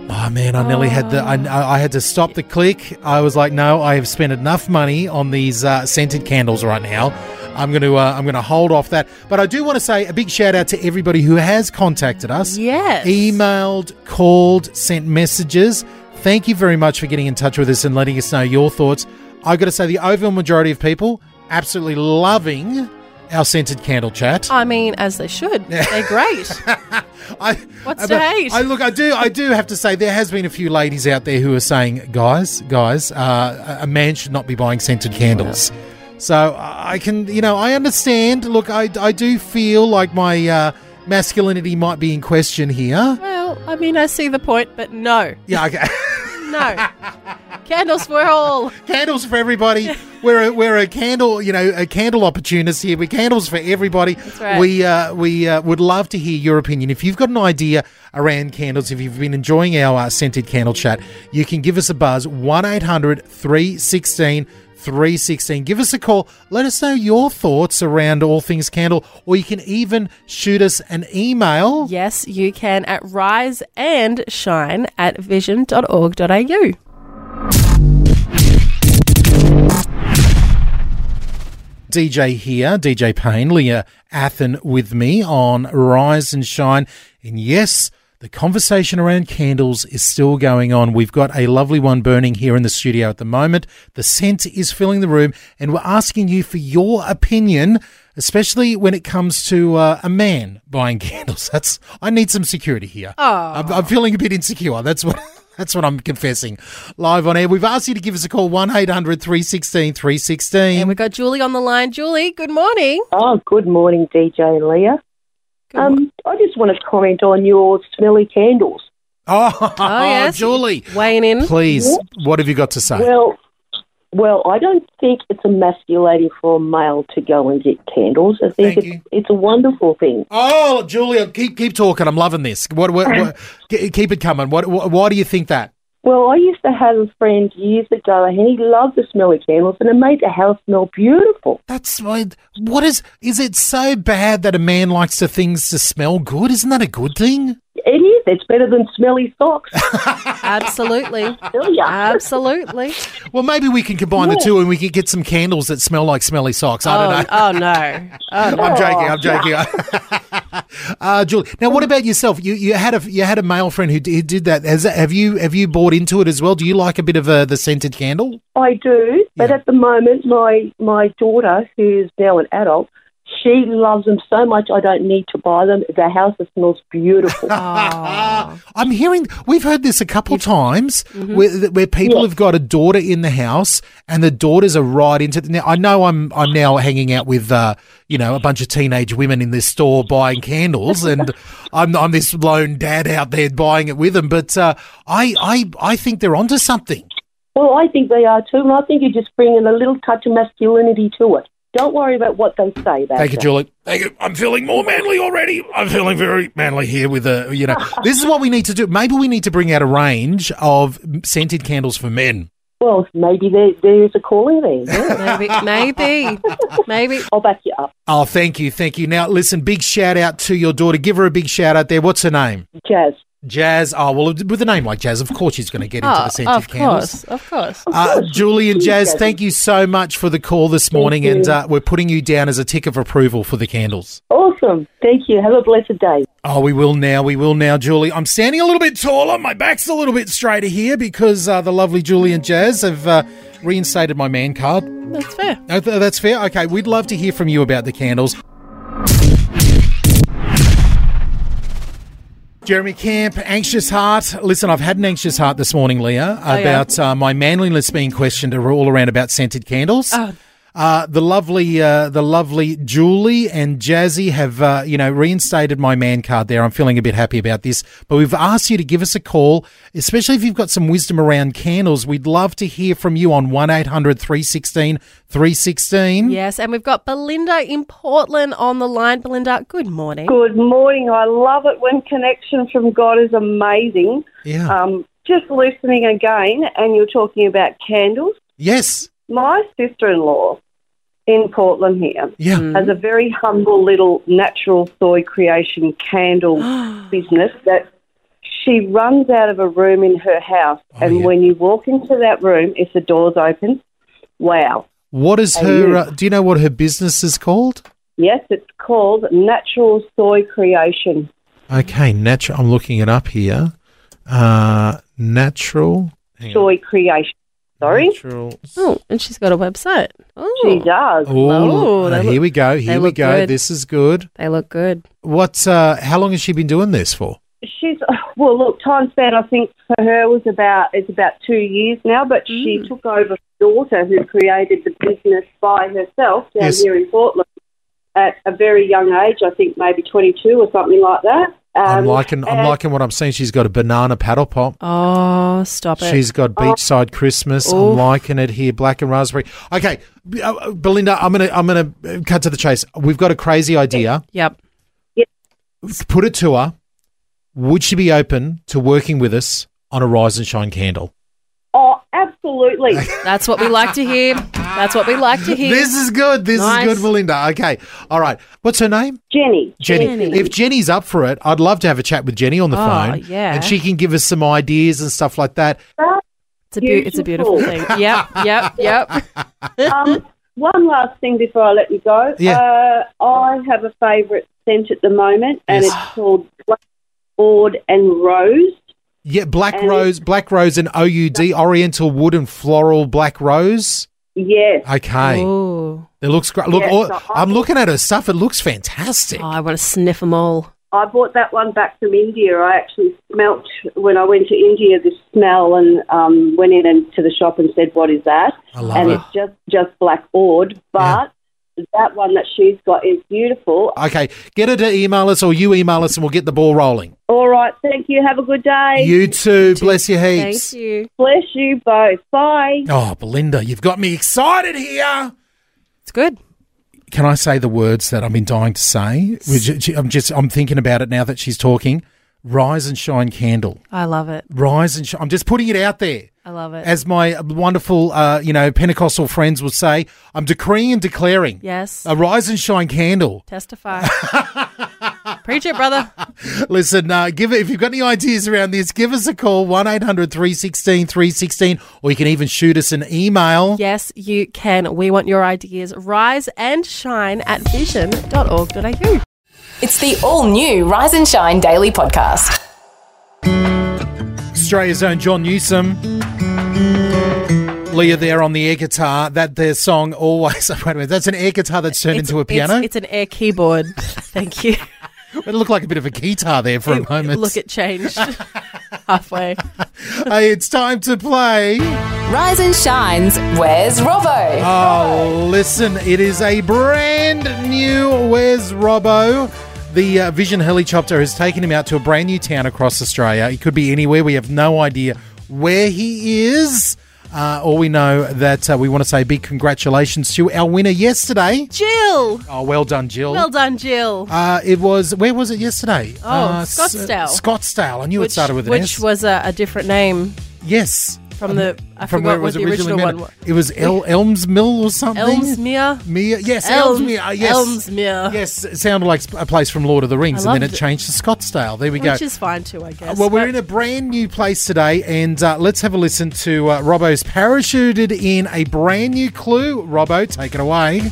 Speaker 1: Oh man, I nearly had the. I, I had to stop the click. I was like, no, I have spent enough money on these uh, scented candles right now. I'm going to. Uh, I'm going to hold off that. But I do want to say a big shout out to everybody who has contacted us.
Speaker 2: Yes.
Speaker 1: Emailed, called, sent messages. Thank you very much for getting in touch with us and letting us know your thoughts. I got to say, the overwhelming majority of people absolutely loving our scented candle chat.
Speaker 2: I mean, as they should. They're great. What's to
Speaker 1: Uh, But
Speaker 2: hate?
Speaker 1: I look, I do, I do have to say, there has been a few ladies out there who are saying, guys, guys, uh, a a man should not be buying scented candles. So I can, you know, I understand. Look, I, I do feel like my uh, masculinity might be in question here.
Speaker 2: well, I mean, I see the point, but no.
Speaker 1: Yeah, okay.
Speaker 2: No. Candles for all.
Speaker 1: candles for everybody. We're a, we're a candle, you know, a candle opportunist here. We're candles for everybody.
Speaker 2: right.
Speaker 1: We uh, we uh, would love to hear your opinion. If you've got an idea around candles, if you've been enjoying our uh, scented candle chat, you can give us a buzz 1800 316 316. Give us a call. Let us know your thoughts around all things candle, or you can even shoot us an email.
Speaker 2: Yes, you can at rise and shine at vision.org.au.
Speaker 1: DJ here, DJ Payne, Leah Athen with me on Rise and Shine. And yes, the conversation around candles is still going on. We've got a lovely one burning here in the studio at the moment. The scent is filling the room, and we're asking you for your opinion, especially when it comes to uh, a man buying candles. That's I need some security here. I'm, I'm feeling a bit insecure. That's what. That's what I'm confessing. Live on air. We've asked you to give us a call 1800 316 316.
Speaker 2: And we've got Julie on the line. Julie, good morning.
Speaker 13: Oh, good morning, DJ and Leah. Um, I just want to comment on your smelly candles.
Speaker 1: Oh,
Speaker 13: yes.
Speaker 1: Julie.
Speaker 2: Weighing in.
Speaker 1: Please, what have you got to say?
Speaker 13: Well, well, I don't think it's emasculating for a male to go and get candles. I think it's, it's a wonderful thing.
Speaker 1: oh, Julia, keep keep talking. I'm loving this. What, what, what ke- keep it coming. What, what why do you think that?
Speaker 13: Well, I used to have a friend years ago, and he loved the smelly candles, and it made the house smell beautiful.
Speaker 1: That's why. What is is it so bad that a man likes to things to smell good? Isn't that a good thing?
Speaker 13: It is. It's better than smelly socks.
Speaker 2: Absolutely. Absolutely.
Speaker 1: Well, maybe we can combine the two and we can get some candles that smell like smelly socks. I don't know.
Speaker 2: Oh, oh, no. Oh, no.
Speaker 1: I'm joking. I'm joking. uh, Julie, now what about yourself? You you had a you had a male friend who did, did that. Has, that- have you have you bought into it as well? Do you like a bit of uh, the scented candle?
Speaker 13: I do, but at the moment, my my daughter, who's now an adult, she loves them so much. I don't need to buy them. The house smells beautiful.
Speaker 1: I'm hearing we've heard this a couple times where, where people have got a daughter in the house and the daughters are right into the, now. I know I'm I'm now hanging out with uh, you know a bunch of teenage women in this store buying candles and I'm I'm this lone dad out there buying it with them. But uh, I I I think they're onto something.
Speaker 13: well, I think they are too, and I think you're just bringing a little touch of masculinity to it. Don't worry about what they say about
Speaker 1: Thank you,
Speaker 13: that.
Speaker 1: Julie. Thank you. I'm feeling more manly already. I'm feeling very manly here with a, you know, this is what we need to do. Maybe we need to bring out a range of scented candles for men.
Speaker 13: Well, maybe there, there's a calling there.
Speaker 2: maybe, maybe, maybe.
Speaker 13: I'll back you up,
Speaker 1: Oh, thank you. Thank you. Now, listen, big shout out to your daughter. Give her a big shout out there. What's her name?
Speaker 13: Jazz.
Speaker 1: Jazz. Oh, well, with a name like Jazz, of course she's going to get into the scented
Speaker 2: Oh, of
Speaker 1: candles.
Speaker 2: course, of course.
Speaker 1: Uh, Julie and Jazz, thank you so much for the call this morning, and
Speaker 13: you.
Speaker 1: uh, we're putting you down as a tick of approval for the candles.
Speaker 13: Awesome. Thank you. Have a blessed day.
Speaker 1: Oh, we will now. We will now, Julie. I'm standing a little bit taller. My back's a little bit straighter here because uh, the lovely Julie and Jazz have uh, reinstated my man card.
Speaker 2: That's fair.
Speaker 1: No, th- that's fair. Okay, we'd love to hear from you about the candles. Jeremy Camp, anxious heart. Listen, I've had an anxious heart this morning, Leah,
Speaker 2: Oh, yeah.
Speaker 1: about uh, my manliness being questioned ar- all around about scented candles.
Speaker 2: Oh.
Speaker 1: Uh, the lovely, uh, the lovely Julie and Jazzy have, uh, you know, reinstated my man card there. I'm feeling a bit happy about this, but we've asked you to give us a call, especially if you've got some wisdom around candles. We'd love to hear from you on 1-800-316-316. 316.
Speaker 2: Yes, and we've got Belinda in Portland on the line. Belinda, good morning.
Speaker 14: Good morning. I love it when connection from God is amazing.
Speaker 1: Yeah.
Speaker 14: Um, just listening again, and you're talking about candles.
Speaker 1: Yes.
Speaker 14: My sister in law in Portland here
Speaker 1: Yeah.
Speaker 14: has a very humble little natural soy creation candle business that she runs out of a room in her house.
Speaker 1: Oh,
Speaker 14: and when you walk into that room, if the door's open, wow.
Speaker 1: What is
Speaker 14: And
Speaker 1: her?
Speaker 14: you.
Speaker 1: Uh, do you know what her business is called?
Speaker 14: Yes, it's called Natural Soy Creation.
Speaker 1: Okay, natural. I'm looking it up here. Uh, natural.
Speaker 14: Soy Creation. Sorry?
Speaker 1: Natural.
Speaker 2: Oh, and she's got a website. Oh,
Speaker 14: She does.
Speaker 1: Oh,
Speaker 2: they
Speaker 1: here
Speaker 2: look-
Speaker 1: we go.
Speaker 2: they
Speaker 1: Here we
Speaker 2: look
Speaker 1: go.
Speaker 2: good.
Speaker 1: This is good.
Speaker 2: They look good.
Speaker 1: What? Uh, how long has she been doing this for?
Speaker 14: She's well. Look, time span I think for her was about it's about two years now. But she took over her daughter, who created the business by herself down
Speaker 15: Yes.
Speaker 14: here in Portland at a very young age. I think maybe twenty two or something like that.
Speaker 2: Um,
Speaker 1: I'm liking. I'm
Speaker 14: and-
Speaker 1: liking what I'm seeing. She's got a banana paddle pop.
Speaker 2: Oh, stop it.
Speaker 1: She's got beachside Christmas.
Speaker 2: Oof.
Speaker 1: I'm liking it here. Black and raspberry. Okay, B- uh, uh, Belinda. I'm gonna. I'm gonna uh, cut to the chase. We've got a crazy idea.
Speaker 2: Yep.
Speaker 1: Put it to her. Would she be open to working with us on a rise and shine candle?
Speaker 14: Oh, absolutely.
Speaker 2: That's what we like to hear. That's what we like to hear.
Speaker 1: This is good. This
Speaker 2: Nice.
Speaker 1: is good, Belinda. Okay. All right. What's her name?
Speaker 14: Jenny.
Speaker 1: Jenny.
Speaker 2: Jenny.
Speaker 1: If Jenny's up for it, I'd love to have a chat with Jenny on the
Speaker 2: Oh,
Speaker 1: phone.
Speaker 2: yeah.
Speaker 1: And she can give us some ideas and stuff like that.
Speaker 2: It's a, beau- it's a beautiful thing. Yep, yep, yep.
Speaker 14: um, one last thing before I let you go.
Speaker 1: Yeah.
Speaker 14: Uh, I have a favourite scent at the moment, and
Speaker 1: Yes.
Speaker 14: it's called Black Board and Rose.
Speaker 1: Yeah, black
Speaker 14: And-
Speaker 1: rose, black rose and OUD, oriental wood and floral black rose.
Speaker 14: Yes.
Speaker 1: Okay.
Speaker 2: Ooh.
Speaker 1: It looks great. Look,
Speaker 14: Yeah,
Speaker 1: all-
Speaker 14: so I-
Speaker 1: I'm looking at her stuff. It looks fantastic.
Speaker 2: Oh, I want to sniff them all.
Speaker 14: I bought that one back from India. I actually smelt when I went to India this smell and um, went in and to the shop and said, "What is that?"
Speaker 1: I love
Speaker 14: and
Speaker 1: it.
Speaker 14: it's just just black ord, but that one that she's got is beautiful.
Speaker 1: Okay. Get her to email us or you email us and we'll get the ball rolling.
Speaker 14: All right, thank you. Have a good day.
Speaker 1: You too. Bless your heaps.
Speaker 2: you.
Speaker 14: Bless you both. Bye.
Speaker 1: Oh, Belinda, you've got me excited here.
Speaker 2: It's good.
Speaker 1: Can I say the words that I've been dying to say? Which- I'm just I'm thinking about it now that she's talking. Rise and shine candle.
Speaker 2: I love it.
Speaker 1: Rise and shine. I'm just putting it out there.
Speaker 2: I love it.
Speaker 1: As my wonderful, uh, you know, Pentecostal friends would say, I'm decreeing and declaring
Speaker 2: yes.
Speaker 1: a rise and shine candle.
Speaker 2: Testify. Preach it, brother.
Speaker 1: Listen, uh, give it, if you've got any ideas around this, give us a call, 1 800 316 316, or you can even shoot us an email.
Speaker 2: Yes, you can. We want your ideas. Rise and shine at vision.org.au.
Speaker 3: It's the all new Rise and Shine Daily Podcast.
Speaker 1: Australia's own John Newsom. Leah there on the air guitar. That their song always. Wait a minute, that's an air guitar that's turned into a piano.
Speaker 2: It's, it's an air keyboard. Thank you.
Speaker 1: it looked like a bit of a guitar there for a moment.
Speaker 2: Look, it changed halfway.
Speaker 1: hey, it's time to play.
Speaker 3: Rise and Shine's Where's Robbo?
Speaker 1: Oh, listen, it is a brand new Where's Robbo. The uh, Vision helicopter has taken him out to a brand new town across Australia. He could be anywhere. We have no idea where he is. Uh, all we know that uh, we want to say big congratulations to our winner yesterday.
Speaker 2: Jill.
Speaker 1: Oh, well done, Jill.
Speaker 2: Well done, Jill.
Speaker 1: Uh, it was where was it yesterday?
Speaker 2: Oh,
Speaker 1: Uh, S-
Speaker 2: Scottsdale.
Speaker 1: Scottsdale. I knew
Speaker 2: which,
Speaker 1: it started with an
Speaker 2: which
Speaker 1: S.
Speaker 2: was a, a different name
Speaker 1: yes.
Speaker 2: from the. I
Speaker 1: From
Speaker 2: forgot
Speaker 1: where it
Speaker 2: what
Speaker 1: was
Speaker 2: the
Speaker 1: originally
Speaker 2: original
Speaker 1: meant.
Speaker 2: one. was.
Speaker 1: It was El- Elmsmill or something.
Speaker 2: Elmsmere.
Speaker 1: Mere, yes,
Speaker 2: Elm-
Speaker 1: Elmsmere. uh, yes,
Speaker 2: Elmsmere.
Speaker 1: Yes, it sounded like a place from Lord of the Rings,
Speaker 2: I
Speaker 1: and then it,
Speaker 2: loved it.
Speaker 1: changed to Scottsdale. There we go. Uh,
Speaker 2: Which is fine too, I guess.
Speaker 1: well, we're in a brand new place today, and uh, let's have a listen to uh, Robbo's parachuted in a brand new clue. Robbo, take it away.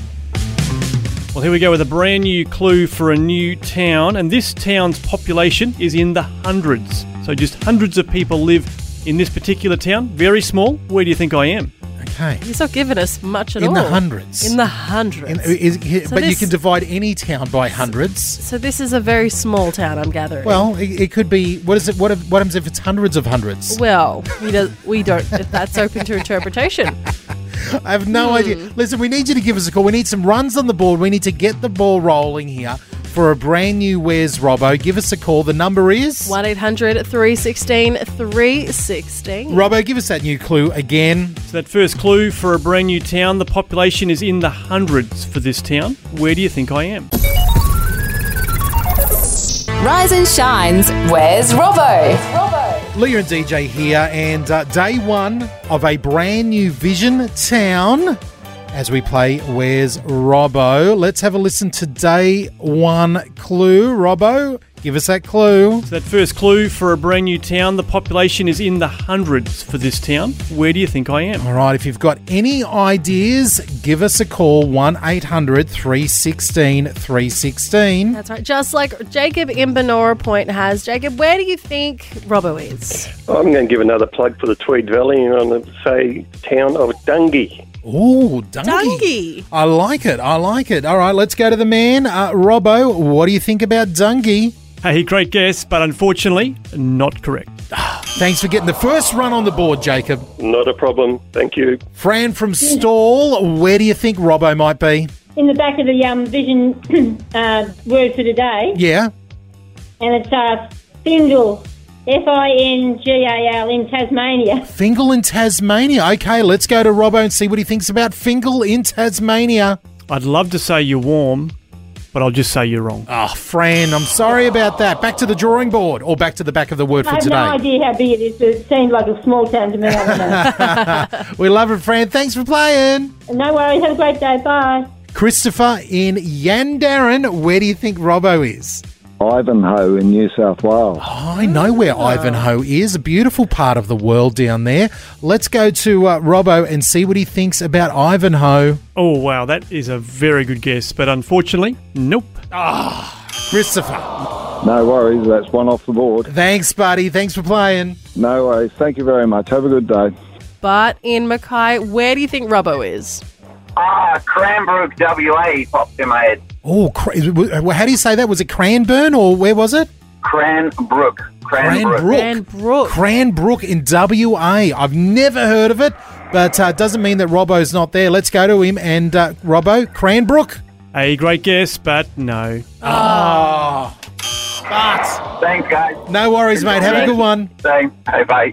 Speaker 9: Well, here we go with a brand new clue for a new town, and this town's population is in the hundreds. So just hundreds of people live in this particular town. Very small. Where do you think I am?
Speaker 1: Okay.
Speaker 2: He's not giving us much at
Speaker 1: In
Speaker 2: all.
Speaker 1: the hundreds. uh,
Speaker 2: In the hundreds.
Speaker 1: And is,
Speaker 2: So
Speaker 1: but you
Speaker 2: this-
Speaker 1: can divide any town by hundreds.
Speaker 2: So this is a very small town, I'm gathering.
Speaker 1: Well, e, it, it could be. What is it? What, if- what happens if it's hundreds of hundreds?
Speaker 2: well, we don't. We don't if that's open to interpretation.
Speaker 1: I have no idea. Listen, we need you to give us a call. We need some runs on the board. We need to get the ball rolling here for a brand new Where's Robbo. Give us a call. The number is.
Speaker 2: One 800 316 316
Speaker 1: Robbo, give us that new clue again.
Speaker 9: So that first clue for a brand new town, the population is in the hundreds for this town. Where do you think I am?
Speaker 3: Rise and Shines, where's Robbo?
Speaker 1: Leah and DJ here, and uh, day one of a brand new Vision Town as we play Where's Robbo. Let's have a listen to day one clue. Robbo, give us that clue.
Speaker 9: So that first clue for a brand new town, the population is in the hundreds for this town. Where do you think I am?
Speaker 1: All right, if you've got any ideas, give us a call 1 800 316 316.
Speaker 2: That's right. Just like Jacob in Benora Point has. Jacob, where do you think Robbo is?
Speaker 15: I'm going to give another plug for the Tweed Valley and I'm going to say town of Dungy.
Speaker 1: Ooh, Dungy.
Speaker 2: Dungy.
Speaker 1: I like it. I like it. All right, let's go to the man. Uh, Robbo, what do you think about Dungy?
Speaker 9: Hey, great guess, but unfortunately, not correct.
Speaker 1: Thanks for getting the first run on the board, Jacob.
Speaker 15: Not a problem. Thank you.
Speaker 1: Fran from Stall, where do you think Robbo might be?
Speaker 16: in the back of the um, vision uh, word for today,
Speaker 1: Yeah.
Speaker 16: and it's uh, Findle, F I N G A L, in Tasmania.
Speaker 1: Fingal in Tasmania. Okay, let's go to Robbo and see what he thinks about Fingal in Tasmania.
Speaker 9: I'd love to say you're warm, but I'll just say you're wrong.
Speaker 1: Ah, Fran, I'm sorry about that. Back to the drawing board or back to the back of the word
Speaker 16: I
Speaker 1: for
Speaker 16: have no
Speaker 1: today.
Speaker 16: idea how big it is, but it seemed like a small town to me. I don't know.
Speaker 1: we love it, Fran. Thanks for playing.
Speaker 16: no worries. Have a great day. Bye.
Speaker 1: Christopher in Yandaran, where do you think Robbo is?
Speaker 17: Ivanhoe in New South Wales.
Speaker 1: I know where
Speaker 9: Ah.
Speaker 1: Ivanhoe is, a beautiful part of the world down there. Let's go to uh, Robbo and see what he thinks about Ivanhoe.
Speaker 9: Oh, wow, that is a very good guess, but unfortunately, nope.
Speaker 1: Ah, Christopher.
Speaker 17: No worries, that's one off the board.
Speaker 1: Thanks, buddy. Thanks for playing.
Speaker 17: No worries. Thank you very much. Have a good day.
Speaker 2: But in Mackay, where do you think Robbo is?
Speaker 18: Ah, Cranbrook WA popped in my head.
Speaker 1: Oh, cra- well, how do you say that? Was it Cranbourne or where was it?
Speaker 18: Cranbrook. Cranbrook.
Speaker 1: Cranbrook. Cranbrook in WA. I've never heard of it, but uh, doesn't mean that Robbo's not there. Let's go to him and uh, Robbo, Cranbrook.
Speaker 9: A great guess, but no.
Speaker 1: Ah.
Speaker 18: Thanks, guys.
Speaker 1: No worries, mate. Have a good one.
Speaker 18: Same. Hey, bye.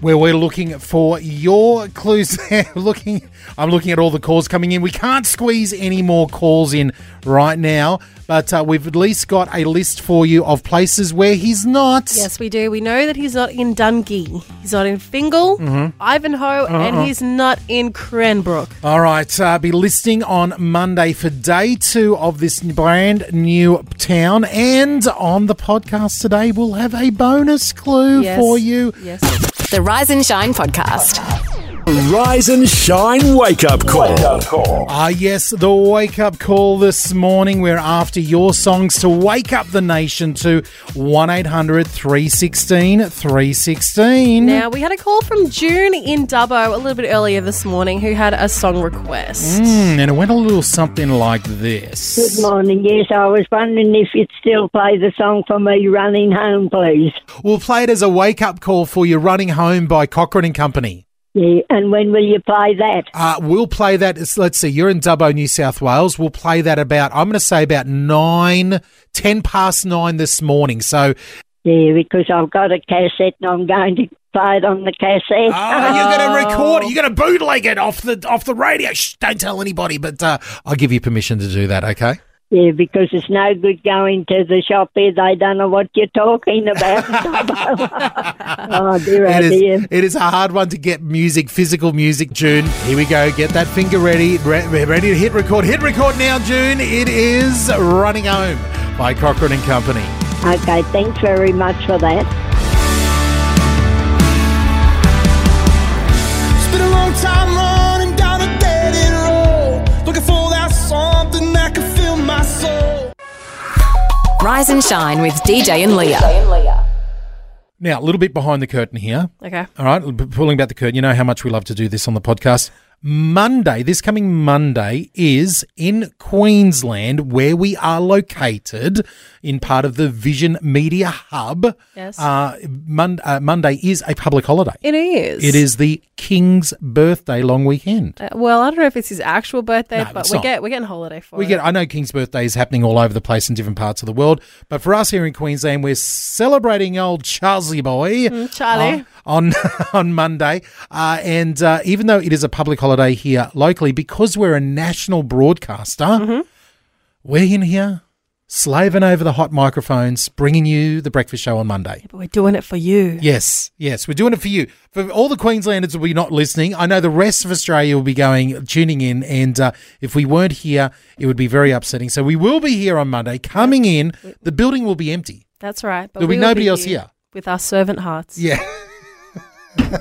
Speaker 1: Where we're looking for your clues. looking, I'm looking at all the calls coming in. We can't squeeze any more calls in right now, but uh, we've at least got a list for you of places where he's not.
Speaker 2: Yes, we do. We know that he's not in Dungy. He's not in Fingal,
Speaker 1: Mhm.
Speaker 2: Ivanhoe,
Speaker 1: Uh-uh.
Speaker 2: and he's not in Cranbrook.
Speaker 1: All right, uh, be listening on Monday for day two of this brand new town. And on the podcast today, we'll have a bonus clue
Speaker 3: Yes.
Speaker 1: for you.
Speaker 2: Yes.
Speaker 3: The Rise and Shine podcast.
Speaker 5: Rise and shine wake up call.
Speaker 1: Ah, yes, the wake up call this morning. We're after your songs to wake up the nation to 1 800 316 316.
Speaker 2: Now, we had a call from June in Dubbo a little bit earlier this morning who had a song request.
Speaker 1: Mm, and it went a little something like this.
Speaker 19: Good morning. Yes, I was wondering if you'd still play the song for me, Running Home, please.
Speaker 1: We'll play it as a wake up call for you running home by Cochrane and Company.
Speaker 19: Yeah, and when will you play that?
Speaker 1: Uh, we'll play that. it's- Let's see. You're in Dubbo, New South Wales. We'll play that about. I'm going to say about nine, ten past nine this morning. So
Speaker 19: Yeah, because I've got a cassette and I'm going to play it on the cassette.
Speaker 1: Oh, you're going to record it. You're going to bootleg it off the off the radio. Shh, don't tell anybody, but uh, I'll give you permission to do that, okay?
Speaker 19: Yeah, because it's no good going to the shop here. They don't know what you're talking about. oh, dear, oh,
Speaker 1: It
Speaker 19: dear.
Speaker 1: is, it is a hard one to get music, physical music, June. Here we go. Get that finger ready. Re- re- ready to hit record. Hit record now, June. It is Running Home by Cochrane and Company.
Speaker 19: Okay, thanks very much for that.
Speaker 4: It's been a long time running down a dead end road, looking for that something that can fill my soul.
Speaker 3: Rise and shine with DJ and Leah.
Speaker 2: Leah.
Speaker 1: Now, a little bit behind the curtain here.
Speaker 2: Okay.
Speaker 1: All right, p- pulling back the curtain. You know how much we love to do this on the podcast. Monday, this coming Monday, is in Queensland, where we are located in part of the Vision Media Hub.
Speaker 2: Yes.
Speaker 1: Uh, Mon- uh, Monday is a public holiday.
Speaker 2: It is.
Speaker 1: It is the King's birthday long weekend.
Speaker 2: Uh, well, I don't know if it's his actual birthday, but
Speaker 1: it's
Speaker 2: we
Speaker 1: not.
Speaker 2: get we're getting holiday for
Speaker 1: We
Speaker 2: it.
Speaker 1: get. I know King's birthday is happening all over the place in different parts of the world, but for us here in Queensland, we're celebrating old Charlie boy,
Speaker 2: Mm, Charlie.
Speaker 1: uh, on on Monday. Uh, and uh, even though it is a public holiday here locally, because we're a national broadcaster,
Speaker 2: Mm-hmm.
Speaker 1: we're in here slaving over the hot microphones, bringing you the breakfast show on Monday.
Speaker 2: But we're doing it for you.
Speaker 1: Yes, yes, we're doing it for you. For all the Queenslanders who will be not listening, I know the rest of Australia will be going tuning in, and uh, if we weren't here, it would be very upsetting. So we will be here on Monday. Coming in, the building will be empty.
Speaker 2: That's right. But
Speaker 1: There'll be
Speaker 2: we will
Speaker 1: nobody else here.
Speaker 2: with our servant hearts.
Speaker 1: Yeah.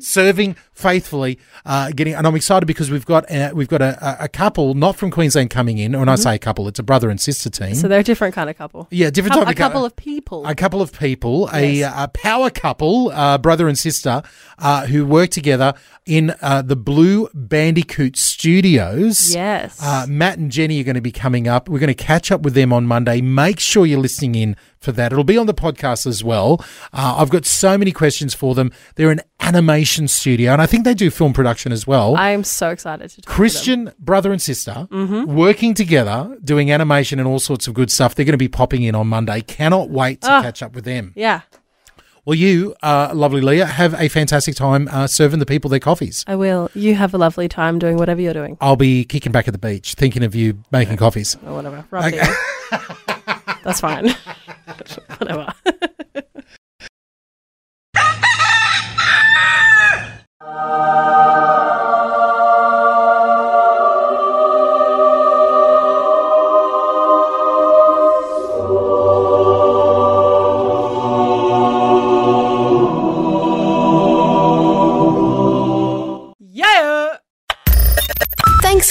Speaker 1: Serving faithfully, uh, getting, and I'm excited because we've got uh, we've got a, a- a couple not from Queensland coming in. When I
Speaker 2: Mhm.
Speaker 1: say a couple, it's a brother and sister team.
Speaker 2: So they're a different kind of couple.
Speaker 1: Yeah, different
Speaker 2: Cou-
Speaker 1: type of
Speaker 2: a couple
Speaker 1: cou-
Speaker 2: of people.
Speaker 1: a couple of people,
Speaker 2: Yes.
Speaker 1: a, a power couple, uh, brother and sister, uh, who work together in uh, the Blue Bandicoot Studios.
Speaker 2: Yes.
Speaker 1: Uh, Matt and Jenny are going to be coming up. We're going to catch up with them on Monday. Make sure you're listening in for that. It'll be on the podcast as well. Uh, I've got so many questions for them. They're an animation studio, and I think they do film production as well.
Speaker 2: I am so excited to Mm-hmm. talk
Speaker 1: Christian brother and sister working together, doing animation and all sorts of good stuff. They're going to be popping in on Monday. Cannot wait to
Speaker 2: Ah.
Speaker 1: catch up with them.
Speaker 2: Yeah,
Speaker 1: Well, you, uh, lovely Leah, have a fantastic time uh, serving the people their coffees.
Speaker 2: I will. You have a lovely time doing whatever you're doing
Speaker 1: I'll be kicking back at the beach, thinking of you making coffees.
Speaker 2: or whatever. Rub it in. That's fine. whatever. Yeah.
Speaker 3: Thanks